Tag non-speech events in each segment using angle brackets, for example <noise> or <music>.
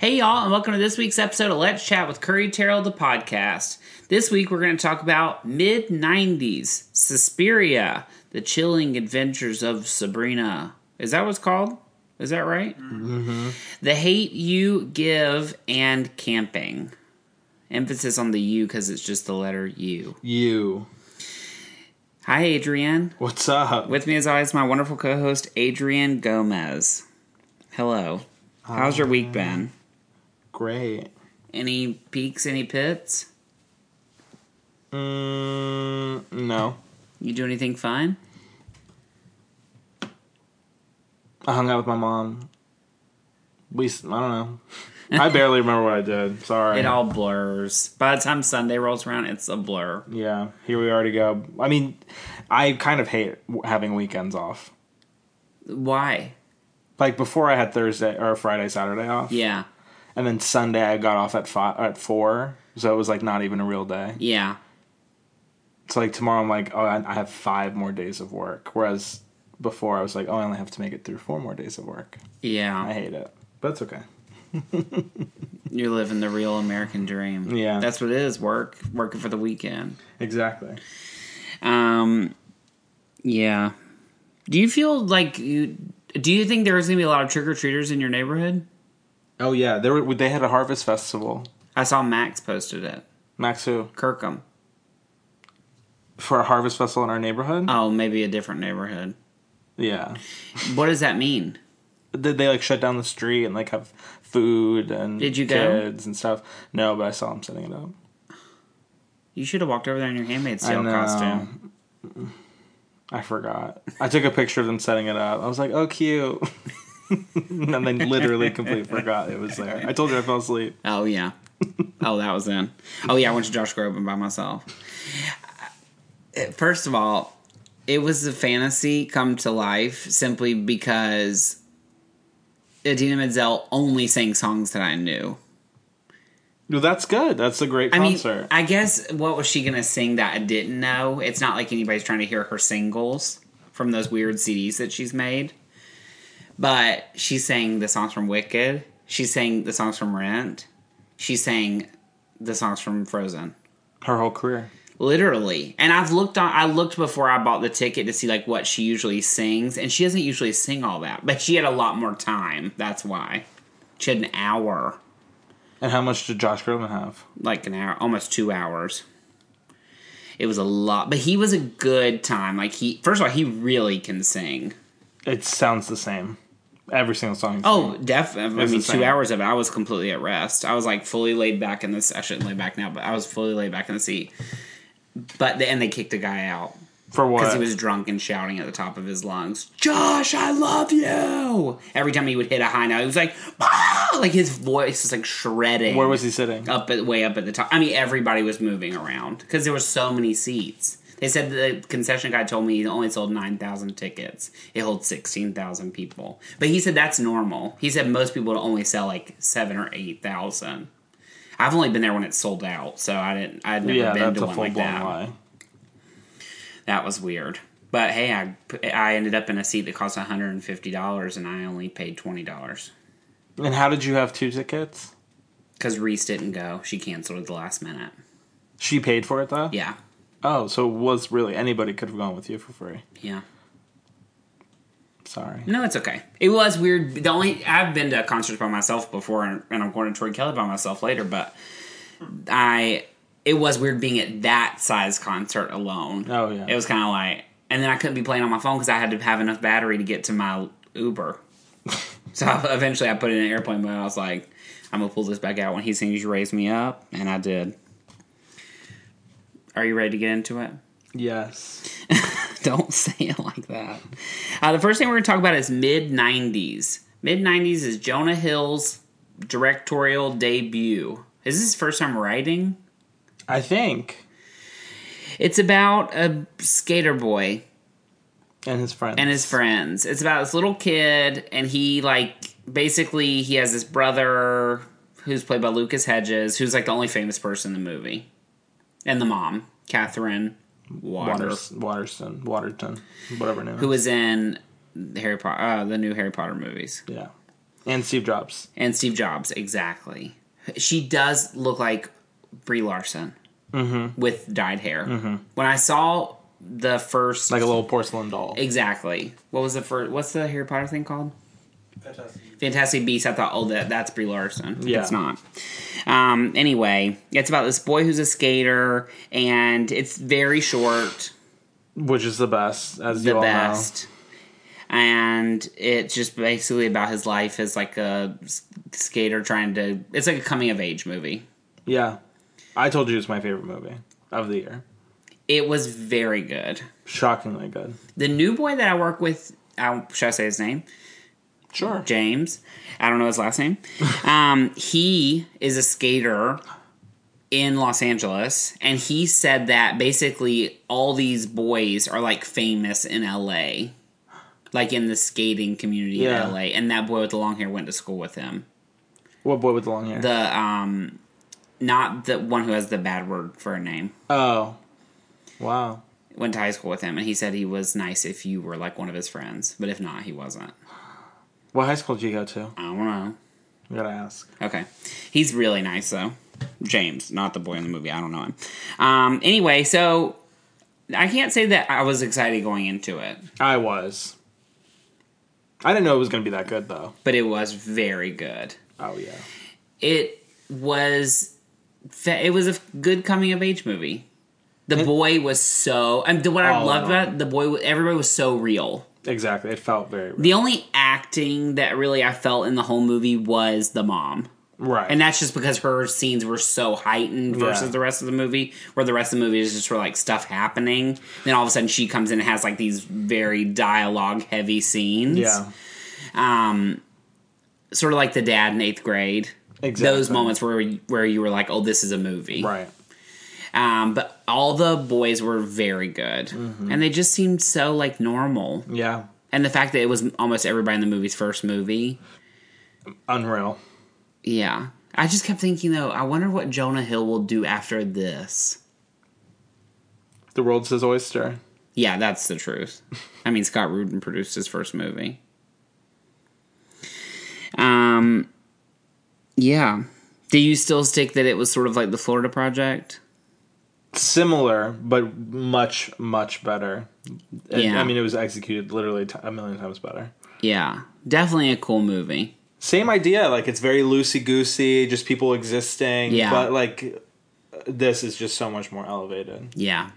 and welcome to this week's episode of Let's Chat with Curry Terrell, the podcast. This week, we're going to talk about mid 90s Suspiria, the chilling adventures of Sabrina. Is that what's called? Is that right? The Hate You Give and Camping. Emphasis on the U because it's just the letter U. You. Hi, Adrienne. What's up? With me, as always, my wonderful co host, Adrienne Gomez. Hello. How's your week been? Great. Any peaks, any pits? Mm, no. You do anything fun? I hung out with my mom. We, s- I don't know. <laughs> I barely remember what I did. Sorry. It all blurs. By the time Sunday rolls around, it's a blur. yeah, here we are to go. I mean, I kind of hate w- having weekends off. Why? Like before, I had Thursday or Friday, Saturday off, Yeah. and then Sunday I got off at five, at four, so it was like not even a real day. Yeah. So like tomorrow, I'm like, oh, I I have five more days of work, whereas before I was like, oh, I only have to make it through four more days of work. I Yeah. hate it, but it's okay. You're living the real American dream. Yeah. That's what it is work, working for the weekend. Exactly. Um, yeah. Do you feel like you. Do you think there's going to be a lot of trick or treaters in your neighborhood? Oh yeah, there were, they had a harvest festival. I saw Max posted it. Max who Kirkham. for a harvest festival in our neighborhood? Oh, maybe a different neighborhood. yeah. What does that mean? Did they like shut down the street and like have food and Did you go? kids and stuff? No, but I saw them setting it up. You should have walked over there in your handmaid's I tale know. costume. I forgot. I took a picture of them setting it up. I was like, "Oh, cute." <laughs> and then literally completely forgot it was there. I told you I fell asleep. Oh yeah. oh, that was in. Oh yeah, I went to Josh Groban by myself. Uh, First of all, it was a fantasy come to life simply because Adina Menzel only sang songs that I knew. Well, that's good. That's a great I mean, concert. I guess what was she gonna sing that I didn't know? It's not like anybody's trying to hear her singles from those weird CDs that she's made. But she sang the songs from Wicked. She sang the songs from Rent. She sang the songs from Frozen. Her whole career. Literally. And I've looked on I looked before I bought the ticket to see like what she usually sings, and she doesn't usually sing all that. But she had a lot more time. That's why. She had an hour. And how much did Josh Groban have? Like an hour, almost two hours. It was a lot. But he was a good time. Like he first of all, he really can sing. It sounds the same. Every single song. he's Oh, definitely. I It's the mean, two same. hours of it, I was completely at rest. I was like fully laid back in this. I shouldn't lay back now, but I was fully laid back in the seat. But then they kicked a guy out. For what? because he was drunk and shouting at the top of his lungs, "Josh, I love you!" Every time he would hit a high note, he was like, "Ah!" like his voice is like shredding. Where was he sitting? Up at way up at the top. I mean, everybody was moving around because there were so many seats. They said the concession guy told me he only sold nine thousand tickets. It holds sixteen thousand people, but he said that's normal. He said most people would only sell like seven or eight thousand. I've only been there when it's sold out, so I didn't. I'd never yeah, been that's to a one full like blown that. lie. That was weird. But hey, I I ended up in a seat that cost one hundred and fifty dollars, and I only paid twenty dollars And how did you have two tickets? because Reese didn't go. She canceled at the last minute. She paid for it though. Yeah, Oh, so it was really anybody could have gone with you for free. yeah. Sorry. No, it's okay. It was weird. The only I've been to concerts by myself before, and, and I'm going to Troy Kelly by myself later. But I, it was weird being at that size concert alone. Oh yeah. It was kind of like, and then I couldn't be playing on my phone because I had to have enough battery to get to my <laughs> Uber. so I, eventually, I put it in airplane mode. I was like, I'm gonna pull this back out when he sings "You Raise Me Up," and I did. Are you ready to get into it? yes. <laughs> Don't say it like that. Uh, the first thing we're going to talk about is mid 90s. Mid 90s is Jonah Hill's directorial debut. Is this his first time writing? I think. It's about a skater boy And his friends. and his friends. It's about this little kid, and he like basically he has this brother who's played by Lucas Hedges, who's like the only famous person in the movie, and the mom Catherine Waters, Waters, Waterston, Waterton, whatever name. who was in Harry Potter, uh, the new Harry Potter movies. yeah. And Steve Jobs. and Steve Jobs, exactly. She does look like Brie Larson Mm-hmm. with dyed hair. When I saw the first, Like a little porcelain doll. exactly, what was the first? What's the Harry Potter thing called? Fantastic Beasts. I thought, oh, that that's Brie Larson. Yeah. It's not. Um, anyway, it's about this boy who's a skater, and it's very short, Which is the best, as the you all best. And it's just basically about his life as like a s- skater trying to. It's like a coming of age movie. know. Yeah. I told you it's my favorite movie of the year. It was very good. Shockingly good. The new boy that I work with, I, should I say his name? Sure. James. I don't know his <laughs> last name. Um, he is a skater in Los Angeles, and he said that basically all these boys are like famous in LA, like in the skating community Yeah. in LA. And that boy with the long hair went to school with him. What boy with the long hair? The um, not the one who has the bad word for a name. oh. Wow. Went to high school with him, and he said he was nice if you were like one of his friends, but if not, he wasn't. What high school did you go to? I don't know. You gotta ask. Okay. He's really nice though. James, not the boy in the movie. I don't know him. Um anyway, so I can't say that I was excited going into it, I was. I didn't know it was gonna be that good though. but it was very good. Oh yeah. It was fa- it was a good coming of age movie. The boy was so and the- what I Oh, loved no. about it, the boy everybody was so real. Exactly. It felt very The only acting that really I felt in the whole movie was the mom. right. And that's just because her scenes were so heightened versus Yeah. the rest of the movie, where the rest of the movie is just for like stuff happening. Then all of a sudden she comes in and has like these very dialogue heavy scenes. yeah. Um, sort of like the dad in eighth grade. Exactly. Those moments where where you were like, oh, this is a movie. Right. Um, but all the boys were very good, Mm-hmm. and they just seemed so like normal. Yeah. And the fact that it was almost everybody in the movie's first movie, Unreal. yeah. I just kept thinking though, I wonder what Jonah Hill will do after this. The world's his oyster. Yeah, that's the truth. I mean, Scott Rudin produced his first movie. Um, yeah. Do you still stick that it was sort of like the Florida Project? Similar, but much, much better. It- Yeah. I mean, it was executed literally t- a million times better. Yeah, definitely a cool movie. Same idea. Like it's very loosey goosey, just people existing. Yeah. But like, this is just so much more elevated. Yeah,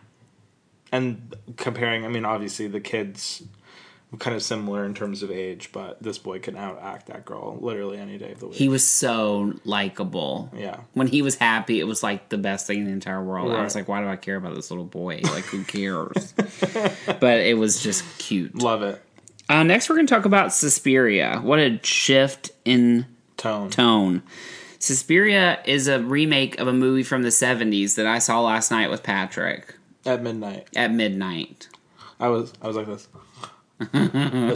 And comparing, I mean, obviously the kids were kind of similar in terms of age, but this boy can out act that girl literally any day of the week. he was so likable. yeah. When he was happy, it was like the best thing in the entire world. I was Right. like, why do I care about this little boy? Like, who cares? <laughs> but it was just cute. Love it. Uh, next, we're going to talk about Suspiria. What a shift in Tone. tone. Suspiria is a remake of a movie from the 70s that I saw last night with Patrick At midnight, at midnight. I was I was like <laughs> this,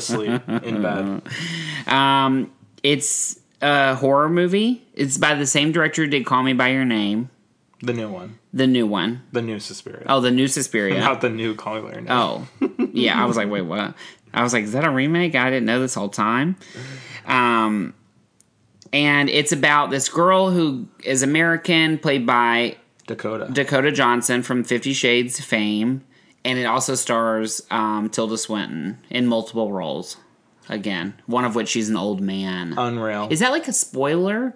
asleep in bed. Um, it's a horror movie. It's by the same director who did Call Me By Your Name, The new one, the new one. the new Suspiria. Oh, the new <laughs> Suspiria. Not the new Call Me By Your Name. oh, yeah. I was like, wait, what? I was like, is that a remake? I didn't know this whole time. Um, and it's about this girl who is American, played by Dakota. Dakota Johnson from Fifty Shades fame, and it also stars um, Tilda Swinton in multiple roles. Again, one of which she's an old man. Unreal. Is that like a spoiler?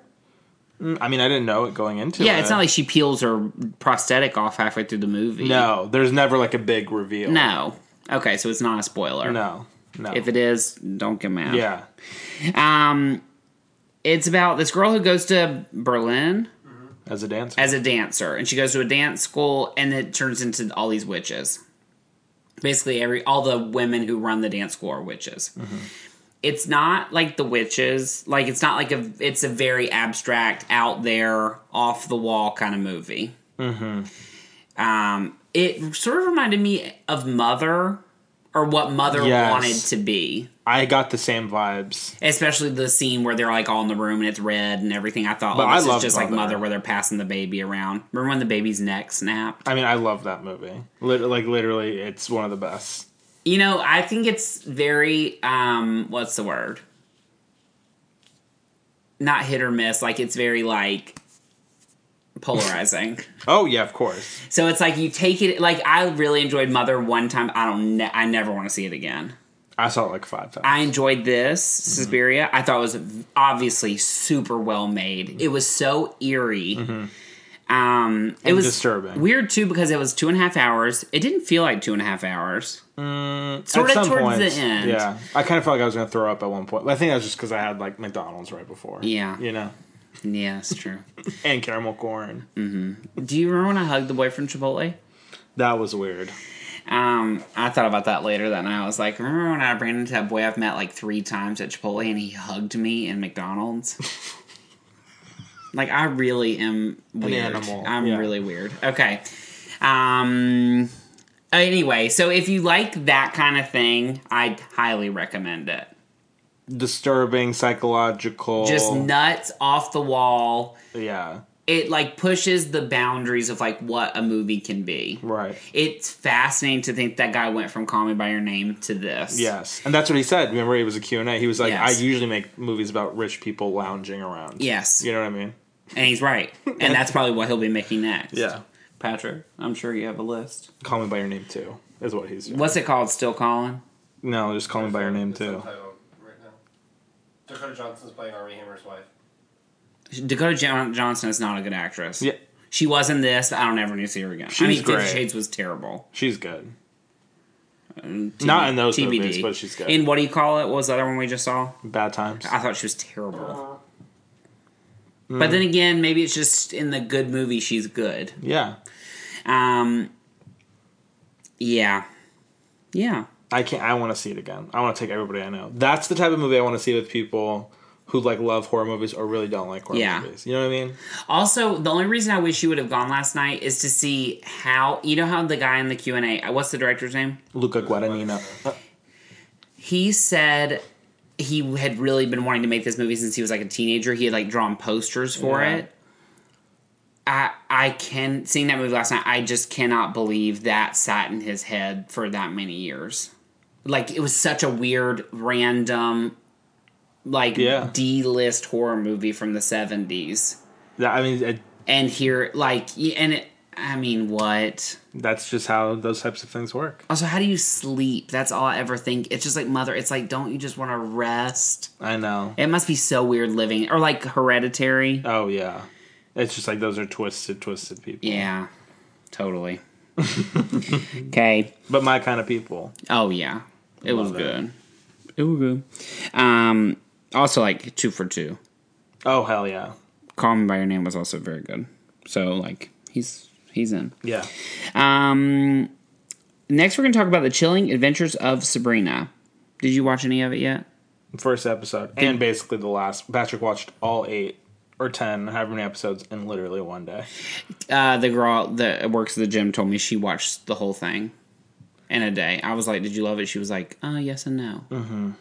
I mean, I didn't know it going into it. Yeah, it's not like she peels her prosthetic off halfway through the movie. No, there's never like a big reveal. No. Okay, so it's not a spoiler. No. No. If it is, don't get mad. yeah. Um, it's about this girl who goes to Berlin As a dancer. as a dancer and she goes to a dance school and it turns into all these witches basically every all the women who run the dance school are witches it's not like the witches like it's not like a it's a very abstract out there off the wall kind of movie um it sort of reminded me of mother or what mother Yes. wanted to be I got the same vibes. especially the scene where they're like all in the room and it's red and everything. I thought, But oh, I this is loved just like Mother. Mother, where they're passing the baby around. Remember when the baby's neck snapped? I mean, I love that movie. Lit- like literally, it's one of the best. You know, I think it's very um, what's the word? not hit or miss. Like it's very like <laughs> polarizing. Oh yeah, of course. so it's like you take it. Like I really enjoyed Mother one time. I don't. Ne- I never want to see it again. I saw it like five times. I enjoyed this Suspiria. I thought it was obviously super well made. It was so eerie. Um, it was disturbing. weird too because it was two and a half hours. It didn't feel like two and a half hours. At sorta some towards point, the end. Yeah, I kind of felt like I was going to throw up at one point. But I think that's just because I had like McDonald's right before. Yeah. you know, Yeah, that's true. and caramel corn. Do you remember when I hugged the boy from Chipotle? That was weird. Um, I thought about that later that night. I was like, remember when I ran into that boy I've met like three times at Chipotle and he hugged me <laughs> in McDonald's? like, I really am weird. animal, I'm yeah. really weird. Okay. Um, anyway, so if you like that kind of thing, I'd highly recommend it. Disturbing, psychological. Just nuts off the wall. yeah, It like pushes the boundaries of like what a movie can be. right. It's fascinating to think that guy went from Call Me by Your Name to this. Yes, and that's what he said. Remember, it was a Q and A. He was like, Yes. "I usually make movies about rich people lounging around." Yes. you know what I mean. And he's right. And that's probably what he'll be making next. Yeah, Patrick, I'm sure you have a list. call me by your name too is what he's doing. What's it called? Still calling? No, just call me by your name It's too. subtitled right now. Dakota Johnson's playing Army Hammer's wife. Dakota John- Johnson is not a good actress. Yeah, She was in this. I don't ever need to see her again. She I was mean, Fifty great. Shades was terrible. she's good. Um, Not in those TBD. movies, but she's good. In Ah. what do you call it? What was the other one we just saw? Bad times. I thought she was terrible. But then again, maybe it's just in the good movie she's good. Yeah, Um, yeah, yeah. I can't. I want to see it again. I want to take everybody I know. That's the type of movie I want to see with people who like love horror movies or really don't like horror Yeah. movies. You know what I mean? Also, the only reason I wish you would have gone last night is to see how you know how the guy in the Q and A. uh, What's the director's name? Luca Guadagnino. Uh, He said he had really been wanting to make this movie since he was like a teenager. He had like drawn posters for Yeah. it. I I can seeing that movie last night. I just cannot believe that sat in his head for that many years. Like it was such a weird, random, like Yeah. D list horror movie from the seventies. that, I mean, it, and here like y- and it, i mean what that's just how those types of things work. also how do you sleep that's all i ever think it's just like mother it's like don't you just want to rest I know. it must be so weird living or like hereditary Oh yeah, it's just like those are twisted, twisted people. yeah totally <laughs> okay But my kind of people. oh yeah it was Love it. good it was good um also like two for two Oh hell yeah, call me by your name was also very good so like he's he's in yeah. Um, next, we're going to talk about the chilling adventures of Sabrina. Did you watch any of it yet? First episode and basically the last. Patrick watched all eight or ten, however many episodes, in literally one day. Uh, the girl that works at the gym told me she watched the whole thing in a day. I was like, "Did you love it?" She was like, "Uh, yes and no."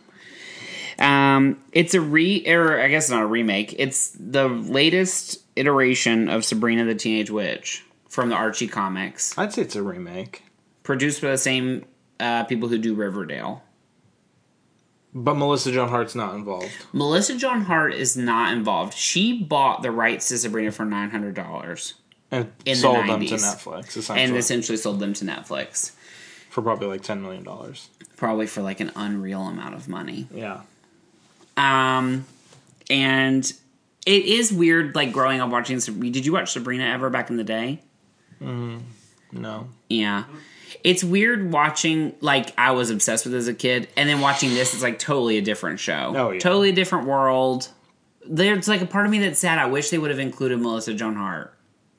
Um, it's a re, or I guess it's not a remake. It's the latest iteration of Sabrina the Teenage Witch from the Archie comics, I'd say it's a remake, produced by the same uh, people who do Riverdale. but Melissa Joan Hart's not involved. Melissa John Hart is not involved. She bought the rights to Sabrina for nine hundred dollars and in the sold them to 90s. Netflix essentially and essentially sold them to Netflix, for probably like ten million dollars. probably for like an unreal amount of money. Yeah, Um, and it is weird, like growing up watching. Sabrina. Did you watch Sabrina ever back in the day? no, Yeah. Mm-hmm. It's weird watching, like, I was obsessed with it as a kid, and then watching this is like totally a different show. Oh, yeah. Totally a different world. There's like a part of me that's sad. I wish they would have included Melissa Joan Hart.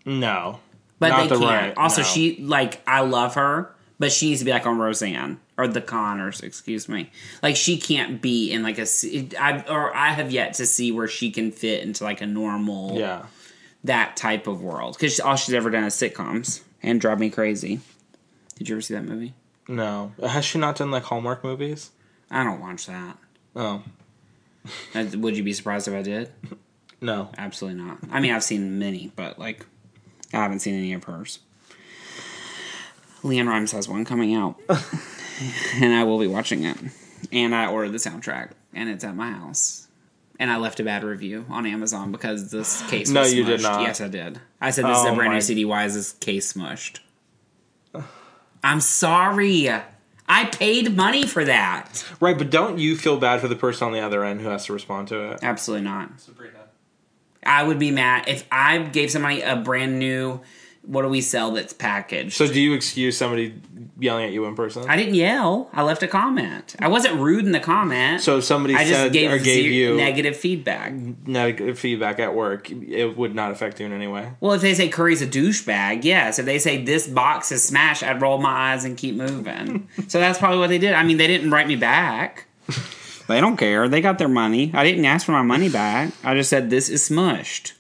no, But Not they the can't. right, also, no. she like I love her, but she needs to be like on Roseanne or The Connors. Excuse me. Like she can't be in like a. se- I or I have yet to see where she can fit into like a normal yeah, that type of world because all she's ever done is sitcoms and Drive Me Crazy. Did you ever see that movie? no. Has she not done like Hallmark movies? I don't watch that. Oh Uh, Would you be surprised if I did? no, Absolutely not. I mean, I've seen many, but like, I haven't seen any of hers. Leanne Rhymes has one coming out, <laughs> and I will be watching it. And I ordered the soundtrack, and it's at my house. and I left a bad review on Amazon because this case. No, was you did smushed. not. Yes, I did. I said this is a Oh, brand my- new CD. Why is this <sighs> case smushed? I'm sorry. I paid money for that. Right, but don't you feel bad for the person on the other end who has to respond to it? Absolutely not. Sabrina. I would be mad if I gave somebody a brand new. What do we sell that's packaged? So do you excuse somebody yelling at you in person? I didn't yell. I left a comment. I wasn't rude in the comment. so if somebody I just said gave, or gave zero- you negative feedback. negative feedback at work, it would not affect you in any way. Well, if they say Curry's a douchebag, yes. If they say this box is smashed, I'd roll my eyes and keep moving. so that's probably what they did. I mean, they didn't write me back. They don't care. They got their money. I didn't ask for my money back. I just said this is smushed.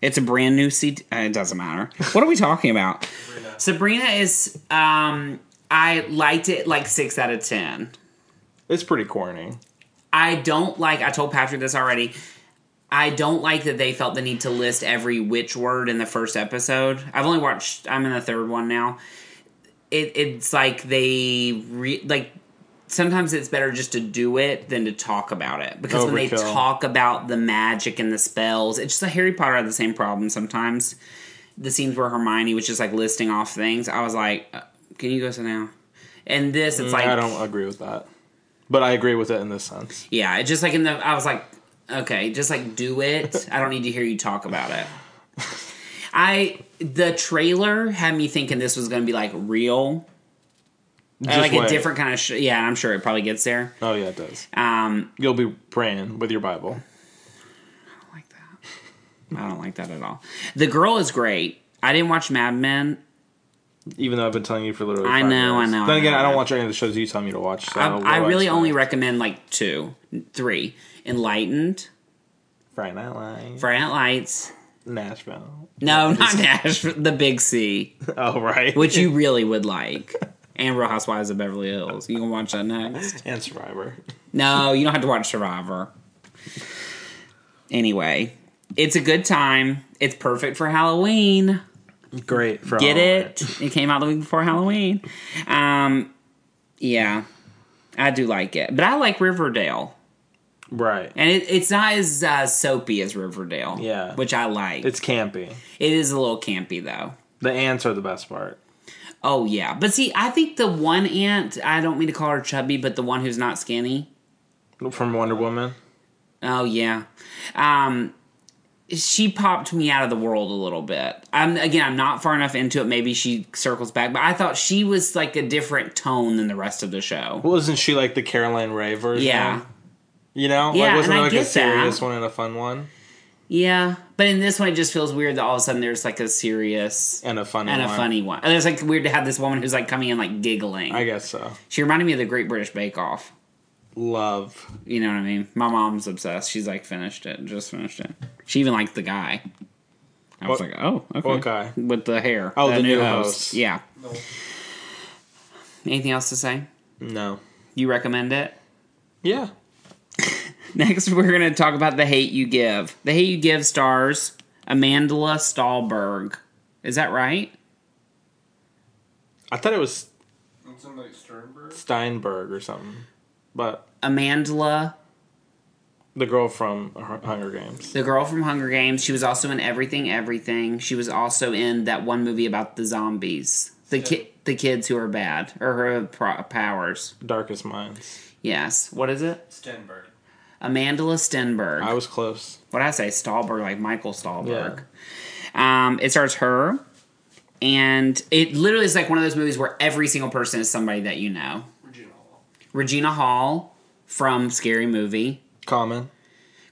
It's a brand new CD. uh, It doesn't matter. What are we talking about? Sabrina. Sabrina is. Um, I liked it like six out of ten. It's pretty corny. I don't like. I told Patrick this already. I don't like that they felt the need to list every witch word in the first episode. I've only watched. I'm in the third one now. It it's like they re, like sometimes it's better just to do it than to talk about it Oh, because when they Overkill. talk about the magic and the spells, it's just like Harry Potter had the same problem sometimes. The scenes where Hermione was just like listing off things, I was like, uh, "Can you go sit down?" And this, it's like Mm, I don't agree with that. But I agree with it in this sense. yeah, it just like in the, I was like, okay, just like <laughs> do it. I don't need to hear you talk about it. I the trailer had me thinking this was going to be like real, Just like a wait. different kind of. Sh- yeah, I'm sure it probably gets there. Oh yeah, it does. Um, You'll be praying with your Bible. I don't like that. I don't like that at all. The girl is great. I didn't watch Mad Men. Even though I've been telling you for literally. I five know, I minutes. know, Then I again, know. I don't watch any of the shows you tell me to watch. So I, what do I really expect? only recommend like two, three: Enlightened, Friday Night Live, Friday Night Lights. Nashville. <laughs> No, not Nash. <laughs> The Big C. Oh right, <laughs> which you really would like. And Real Housewives of Beverly Hills. You can watch that next. and Survivor. No, you don't have to watch Survivor. Anyway, it's a good time. It's perfect for Halloween. Great for Get all- it? It came out the week before Halloween. Um, yeah, I do like it, but I like Riverdale, right. and it, it's not as uh, soapy as Riverdale. Yeah. which I like. It's campy. it is a little campy though. The ants are the best part. Oh yeah, but see, I think the one aunt I don't mean to call her chubby, but the one who's not skinny. From Wonder Woman. Oh yeah, um, she popped me out of the world a little bit. I'm again, I'm not far enough into it. Maybe she circles back, but I thought she was like a different tone than the rest of the show. Well, isn't she like the Caroline Ray version? Yeah, You know? Yeah, like wasn't and it I like get a that. serious one and a fun one? yeah, but in this one, it just feels weird that all of a sudden there's like a serious And a funny and a one. funny one. And it's like weird to have this woman who's like coming in like giggling. I guess so. she reminded me of the Great British Bake Off. Love. You know what I mean? My mom's obsessed. She's like finished it, just finished it. She even liked the guy. I was What- like, oh, okay. what guy? With the hair. Oh, the new host. Yeah. No. Anything else to say? No. You recommend it? Yeah. <laughs> Next, we're going to talk about The Hate You Give. The Hate You Give stars Amandla Stahlberg. Is that right? I thought it was It's in like Sternberg. Steinberg or something. But Amandla, the girl from Hu- Hunger Games. the girl from Hunger Games. She was also in Everything Everything. She was also in that one movie about the zombies. The, ki- the kids who are bad, or her pro- powers. Darkest Minds. Yes. What is it? Stenberg. Amandla Stenberg. I was close. what did I say? Stahlberg, like Michael Stahlberg. Um, it stars her, and it literally is like one of those movies where every single person is somebody that you know. Regina Hall. Regina Hall from Scary Movie. Common.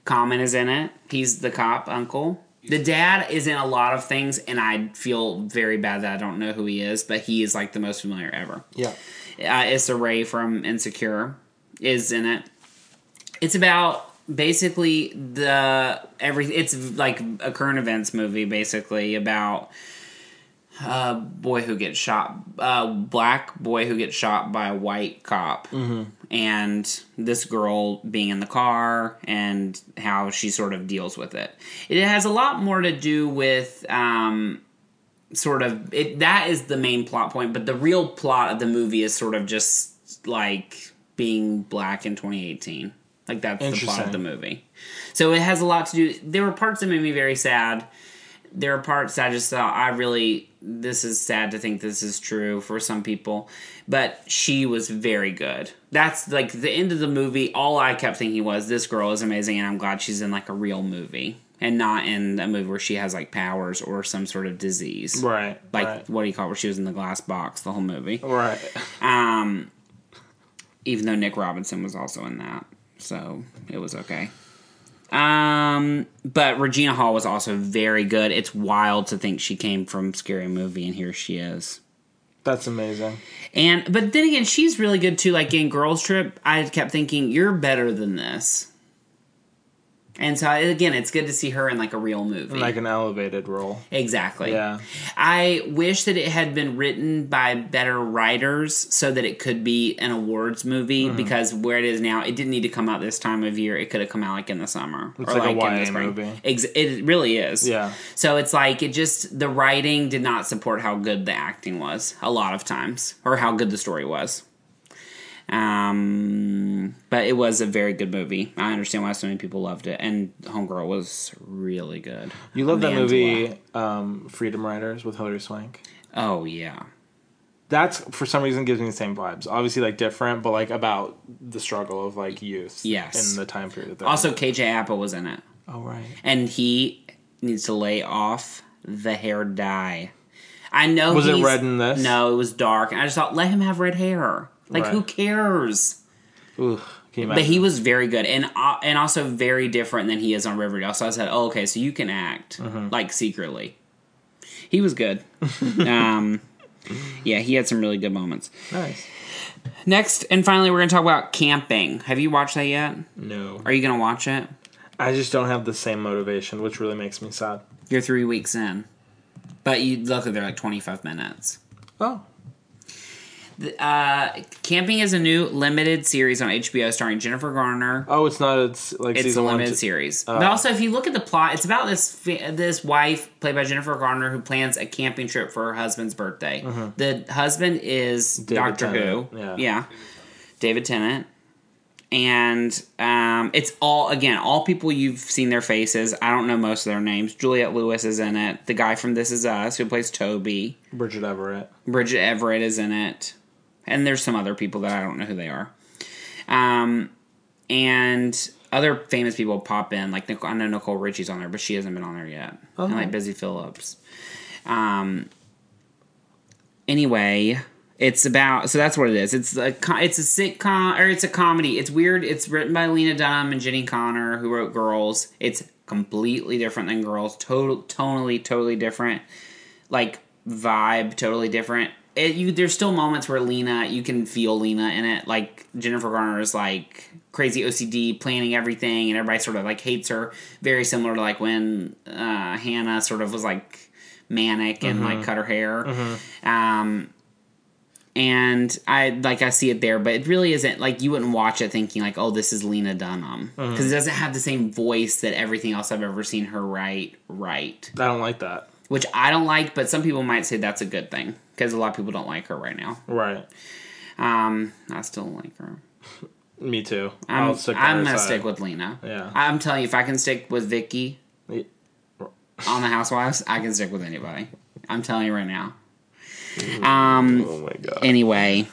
Common is in it. He's the cop uncle. The dad is in a lot of things, and I feel very bad that I don't know who he is, but he is like the most familiar ever. Yeah. uh, Issa Rae from Insecure is in it. It's about basically the every. It's like a current events movie, basically about a boy who gets shot, a black boy who gets shot by a white cop, and this girl being in the car and how she sort of deals with it. It has a lot more to do with. Um, sort of it that is the main plot point but the real plot of the movie is sort of just like being black in 2018 Like that's the plot of Interesting. the movie. So it has a lot to do. There were parts that made me very sad. There were parts I just thought I really this is sad to think this is true for some people, but she was very good. That's like the end of the movie. All I kept thinking was this girl is amazing, and I'm glad she's in like a real movie and not in a movie where she has like powers or some sort of disease. Right. Like right. what do you call it? Where she was in the glass box the whole movie. Right. Um, even though Nick Robinson was also in that, so it was okay. Um, but Regina Hall was also very good. It's wild to think she came from Scary Movie, and here she is. That's amazing. And but then again, she's really good too. Like in Girls Trip, I kept thinking you're better than this. And so again, it's good to see her in like a real movie. Like an elevated role. exactly. Yeah. I wish that it had been written by better writers so that it could be an awards movie Mm-hmm. because where it is now, it didn't need to come out this time of year. It could have come out like in the summer. It's like a in the YA spring. movie. Ex- it really is. Yeah. So it's like it just, the writing did not support how good the acting was a lot of times or how good the story was. Um, but it was a very good movie. I understand why so many people loved it. And Homegirl was really good. You love that Amanda Waller. movie, um, Freedom Riders with Hilary Swank. Oh, yeah. That's for some reason gives me the same vibes. Obviously, like different, but like about the struggle of like youth. Yes. In the time period that they're Also, KJ Apple was in it. in. Oh right. and he needs to lay off the hair dye. I know. Was it he's- red in this? No, it was dark. And I just thought, let him have red hair. Like, Right. who cares? Ooh, can you But imagine? he was very good, and uh, and also very different than he is on Riverdale. So I said, oh, okay, so you can act Mm-hmm. like secretly. He <laughs> was good. um, yeah, he had some really good moments. nice. Next and finally, we're going to talk about camping. Have you watched that yet? No, Are you going to watch it? I just don't have the same motivation, which really makes me sad. You're three weeks in, but you luckily they're like twenty five minutes. Oh, Uh, Camping is a new limited series on HBO starring Jennifer Garner. oh, it's not. It's like It's a season one. Oh. limited to- series. but also, if you look at the plot, it's about this fa- this wife played by Jennifer Garner who plans a camping trip for her husband's birthday. The husband is Doctor Mm-hmm. Tennant, Who. yeah. David Tennant. And um, it's all again, all people you've seen their faces. I don't know most of their names. Juliette Lewis is in it. The guy from This Is Us who plays Toby. Bridget Everett. Bridget Everett is in it, and there's some other people that I don't know who they are. Um, and other famous people pop in, like Nic- I know Nicole Richie's on there, but she hasn't been on there yet, and like Busy Phillips. Um. Anyway, it's about so that's what it is. It's a co- it's a sitcom or it's a comedy. It's weird. It's written by Lena Dunham and Jenny Connor, who wrote Girls. It's completely different than Girls. Total, tonally, totally different like vibe totally different. It, you, there's still moments where Lena, you can feel Lena in it. Like Jennifer Garner is like crazy OCD, planning everything, and everybody sort of like hates her. Very similar to like when uh, Hannah sort of was like manic and like cut her hair. Um, and I like I see it there, but it really isn't like you wouldn't watch it thinking like, oh, this is Lena Dunham because it doesn't have the same voice that everything else I've ever seen her write. Right I don't like that. which I don't like, but some people might say that's a good thing because a lot of people don't like her right now. Right. Um, I still don't like her. Me too. I'm, I'll stick by I'm her gonna side. stick with Lena. Yeah. I'm telling you, if I can stick with Vicky on the Housewives, I can stick with anybody. I'm telling you right now. Um, Oh my god. Anyway,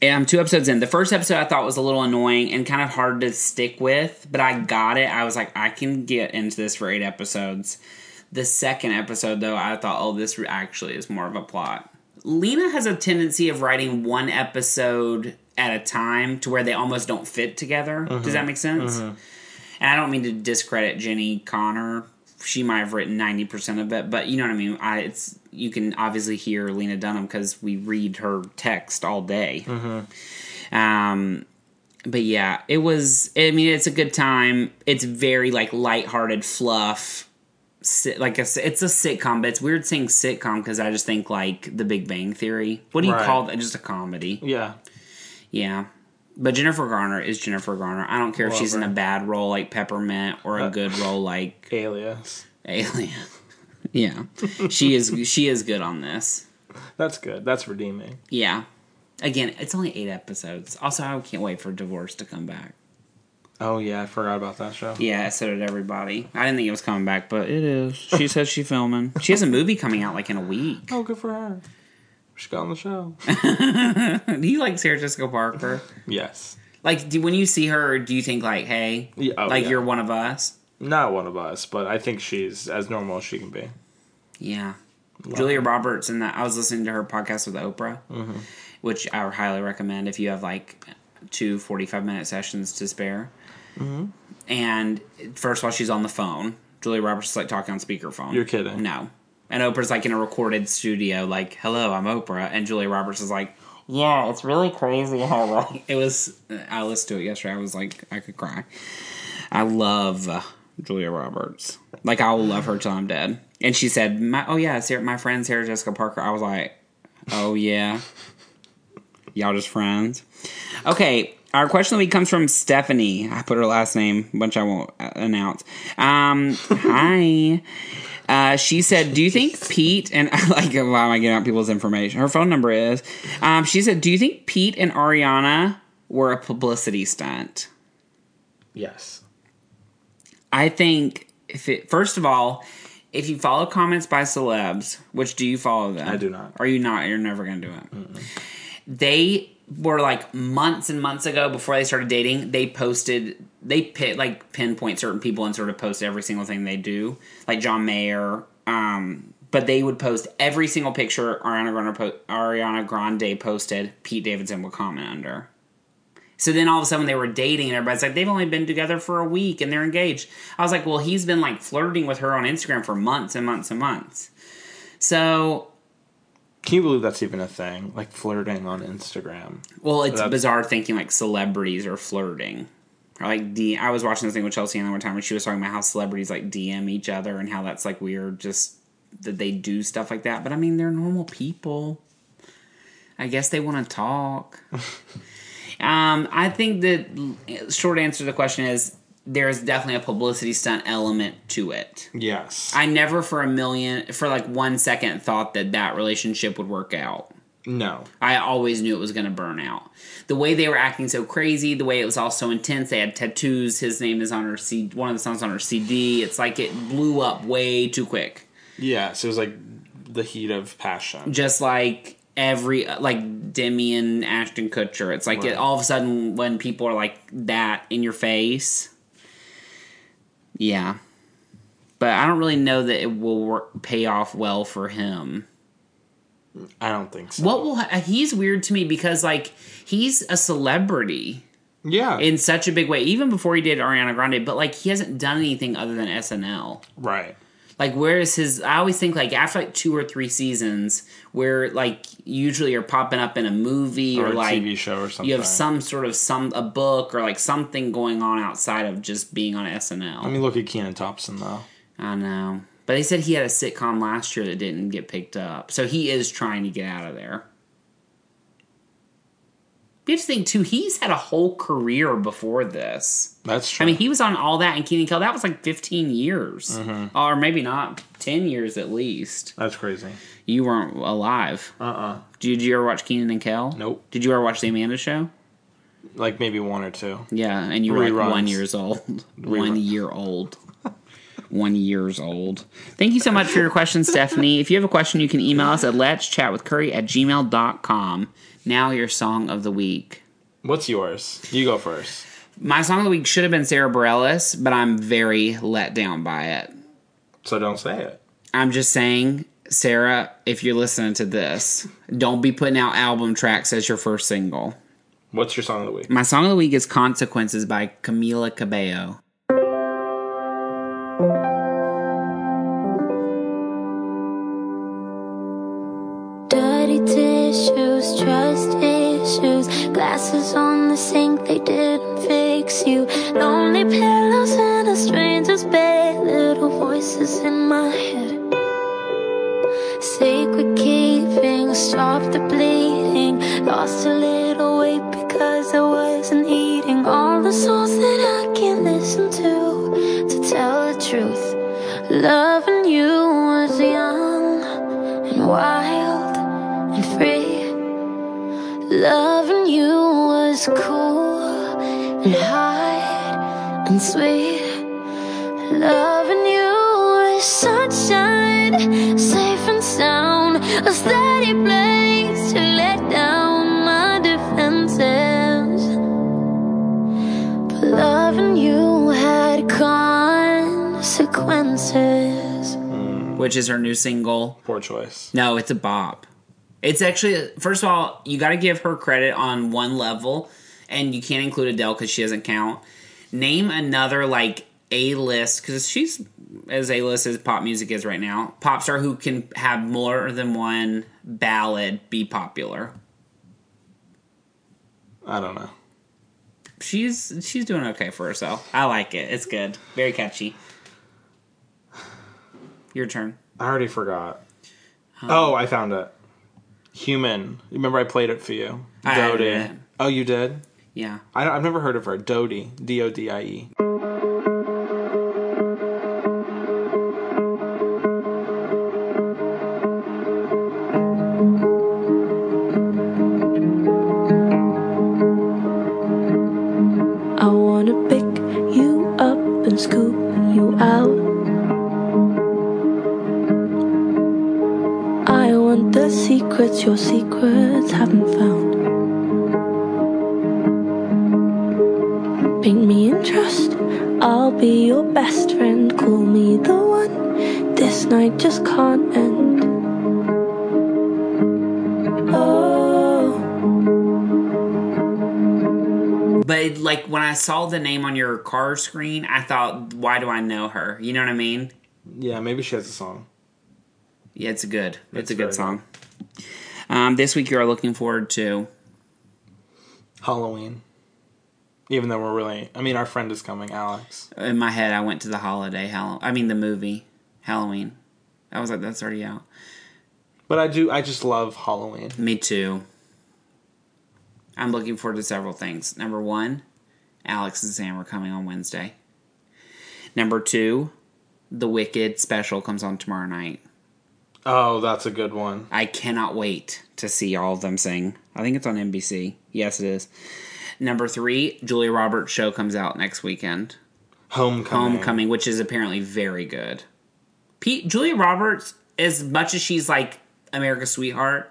and I'm two episodes in. The first episode I thought was a little annoying and kind of hard to stick with, but I got it. I was like, I can get into this for eight episodes. The second episode, though, I thought, oh, this actually is more of a plot. Lena has a tendency of writing one episode at a time to where they almost don't fit together. Does that make sense? And I don't mean to discredit Jenny Connor. She might have written ninety percent of it, but you know what I mean. I, it's you can obviously hear Lena Dunham because we read her text all day. Um, but yeah, it was. I mean, it's a good time. It's very like lighthearted fluff. Sit, like a, s- it's a sitcom, but it's weird saying sitcom because I just think like The Big Bang Theory. What do you Right. call that? Just a comedy. Yeah. Yeah. But Jennifer Garner is Jennifer Garner. I don't care if Love she's in her. a bad role like Peppermint or a good role like <laughs> Alias. Alien. <laughs> yeah. <laughs> She is she is good on this. That's good. That's redeeming. Yeah. Again, it's only 8 episodes. Also, I can't wait for Divorce to come back. Oh yeah, I forgot about that show. Yeah, so did everybody. I didn't think it was coming back, but it <laughs> is. She says she's filming. She has a movie coming out like in a <laughs> week. Oh, good for her. She got on the show. Do you like Sarah Jessica Parker? yes. Like, do, when you see her, do you think like, hey, Yeah, oh, like yeah. you're one of us? Not one of us, but I think she's as normal as she can be. Yeah. Julia Roberts and that I was listening to her podcast with Oprah, Mm-hmm. which I would highly recommend if you have like two 45 minute sessions to spare. Mm-hmm. And first of all, she's on the phone. Julia Roberts is like talking on speakerphone. You're kidding. No. And Oprah's like in a recorded studio, like, hello, I'm Oprah. And Julia Roberts is like, yeah, it's really crazy how like <laughs> it was. I listened to it yesterday. I was like, I could cry. I love uh, Julia Roberts. Like I will love her till I'm dead. And she said, my, "Oh yeah, Sarah, my friend Sarah Jessica Parker." I was like, "Oh yeah, y'all just friends." Okay, our question of the week comes from Stephanie. I put her last name, which I won't uh, announce. Um, hi. Uh, she said, "Do you think Pete and <laughs> like why am I getting out people's information? Her phone number is." Um, she said, "Do you think Pete and Ariana were a publicity stunt?" Yes. I think if it first of all, if you follow comments by celebs, which do you follow them? I do not. Are you not? You're never gonna do it. They were like months and months ago before they started dating. They posted they pit like pinpoint certain people and sort of post every single thing they do, like John Mayer. Um, but they would post every single picture Ariana Grande, po- Ariana Grande posted. Pete Davidson would comment under. So then all of a sudden they were dating, and everybody's like, they've only been together for a week and they're engaged. I was like, well, he's been like flirting with her on Instagram for months and months and months. So, Can you believe that's even a thing? Like flirting on Instagram. well, it's That's- bizarre thinking like celebrities are flirting. Or like the I was watching this thing with Chelsea Handler one time, and she was talking about how celebrities like DM each other and how that's like weird, just that they do stuff like that. But I mean, they're normal people. I guess they want to talk. Um, I think the short answer to the question is there is definitely a publicity stunt element to it. Yes. I never for a million, for like one second, thought that that relationship would work out. no. I always knew it was going to burn out. The way they were acting so crazy, the way it was all so intense. They had tattoos. His name is on her C. One of the songs on her CD. It's like it blew up way too quick. Yes, it was like the heat of passion. just like every like Demi and Ashton Kutcher. It's like it, Right. all of a sudden when people are like that in your face. Yeah, but I don't really know that it will work, pay off well for him. I don't think so. What will ha- he's weird to me because like he's a celebrity yeah. in such a big way even before he did Ariana Grande, but like he hasn't done anything other than SNL. right. Like, where is his? I always think like after like two or three seasons, where like usually you're popping up in a movie or, Or, a like TV show or something. you have some sort of some a book or like something going on outside of just being on SNL. I mean, look at Keenan Thompson though. I know, but they said he had a sitcom last year that didn't get picked up, so he is trying to get out of there. The interesting too, he's had a whole career before this. That's true. I mean, he was on all that and Keenan Kel. That was like 15 years, Mm-hmm. or maybe not 10 years at least. that's crazy. You weren't alive. Uh uh Did you ever watch Keenan and Kel? Nope. Did you ever watch the Amanda Show? Like maybe one or two. Yeah, and you were like Reruns. one <laughs> years old. One year old. One years old. Thank you so much for your question, <laughs> Stephanie. If you have a question, you can email us at let's chat with curry at gmail.com. Now your song of the week. What's yours? You go first. My song of the week should have been Sarah Bareilles, but I'm very let down by it. So don't say it. I'm just saying, Sarah, if you're listening to this, don't be putting out album tracks as your first single. What's your song of the week? My song of the week is Consequences by Camila Cabello. Dirty tissues, trust issues, glasses on the sink, they didn't fix you. Lonely pillows in a stranger's bed, little voices in my head. Sacred keeping, stop the bleeding. Lost a little weight because I wasn't eating all the songs that I can listen to. To tell the truth, loving you was young and wild and free. Loving you was cool and hard and sweet. Loving you is sunshine, safe and sound. A steady place to let down my defenses. But loving you had consequences. which is her new single. Poor choice. No, it's a bop. It's actually first of all, you got to give her credit on one level, and you can't include Adele because she doesn't count. Name another like A list because she's as A list as pop music is right now. Pop star who can have more than one ballad be popular. I don't know. She's she's doing okay for herself. I like it. It's good. Very catchy. Your turn. I already forgot. oh, I found it. Human. Remember I played it for you. I already did Dodie. it. Oh, you did? Yeah. I don't, I've never heard of her. Dodie. D O D I E. I wanna pick you up and scoop you out. I want the secrets your secrets haven't found. Paint me in trust, I'll be your best friend. Call me the one. This night just can't end. Oh. But like when I saw the name on your car screen, I thought, why do I know her? You know what I mean? Yeah, maybe she has a song. Yeah, it's a good. It's, a very good song. Um, this week you are looking forward to. Halloween. Even though we're really. I mean, our friend is coming, Alex. In my head, I went to the holiday Halloween. I mean, the movie Halloween. I was like, that's already out. But I do. I just love Halloween. Me too. I'm looking forward to several things. Number one, Alex and Sam are coming on Wednesday. Number two, the Wicked special comes on tomorrow night. Oh, that's a good one. I cannot wait to see all of them sing. I think it's on NBC. Yes, it is. Number three, Julia Roberts' show comes out next weekend. Homecoming. Homecoming, which is apparently very good. Pete, Julia Roberts, as much as she's like America's sweetheart,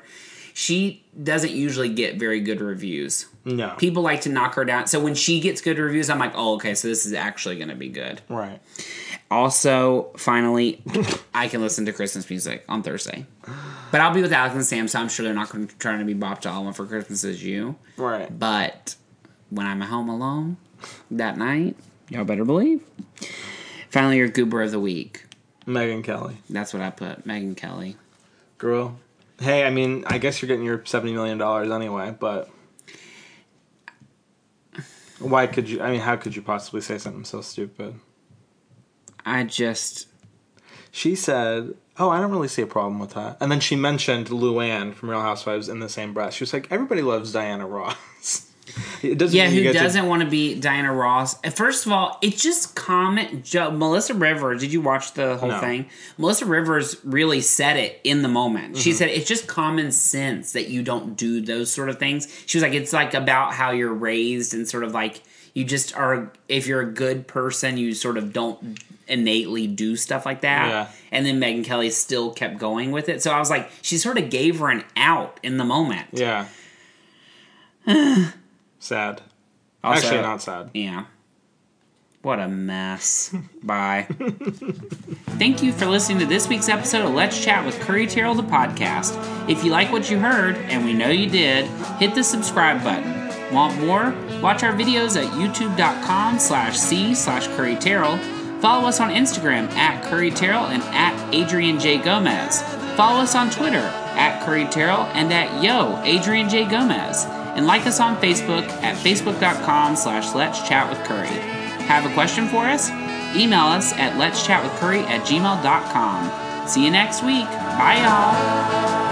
she doesn't usually get very good reviews. No. People like to knock her down. So when she gets good reviews, I'm like, oh, okay, so this is actually going to be good. Right. Also, finally, <laughs> I can listen to Christmas music on Thursday. But I'll be with Alex and Sam, so I'm sure they're not going to try to be bopped to all I want for Christmas is you. Right. But when I'm at home alone that night, y'all better believe. Finally, your goober of the week. Megan Kelly. That's what I put, Megan Kelly. Girl. Hey, I mean, I guess you're getting your $70 million anyway, but. Why could you? I mean, how could you possibly say something so stupid? I just, She said, Oh, I don't really see a problem with that. And then she mentioned Luann from Real Housewives in the same breath. She was like, Everybody loves Diana Ross. <laughs> it doesn't yeah, mean you who get to- doesn't want to be Diana Ross? And First of all, it's just common. Jo- Melissa Rivers, did you watch the whole No. thing? Melissa Rivers really said it in the moment. Mm-hmm. She said it's just common sense that you don't do those sort of things. She was like, it's like about how you're raised and sort of like you just are. If you're a good person, you sort of don't innately do stuff like that. Yeah. And then Megan Kelly still kept going with it. So I was like, she sort of gave her an out in the moment. <sighs> Yeah. sad. Also- Actually, not sad. Yeah. What a mess. Bye. Thank you for listening to this week's episode of Let's Chat with Curry Terrell, the podcast. If you like what you heard, and we know you did, hit the subscribe button. Want more? Watch our videos at youtube.com slash C slash Curry Terrell. Follow us on Instagram at Curry Terrell and at Adrian J. Gomez. Follow us on Twitter at Curry Terrell and at Yo, Adrian J. Gomez. And like us on Facebook at facebook.com slash Let's Chat with Curry. Have a question for us? Email us at let's chat with curry at gmail.com. See you next week. Bye, y'all.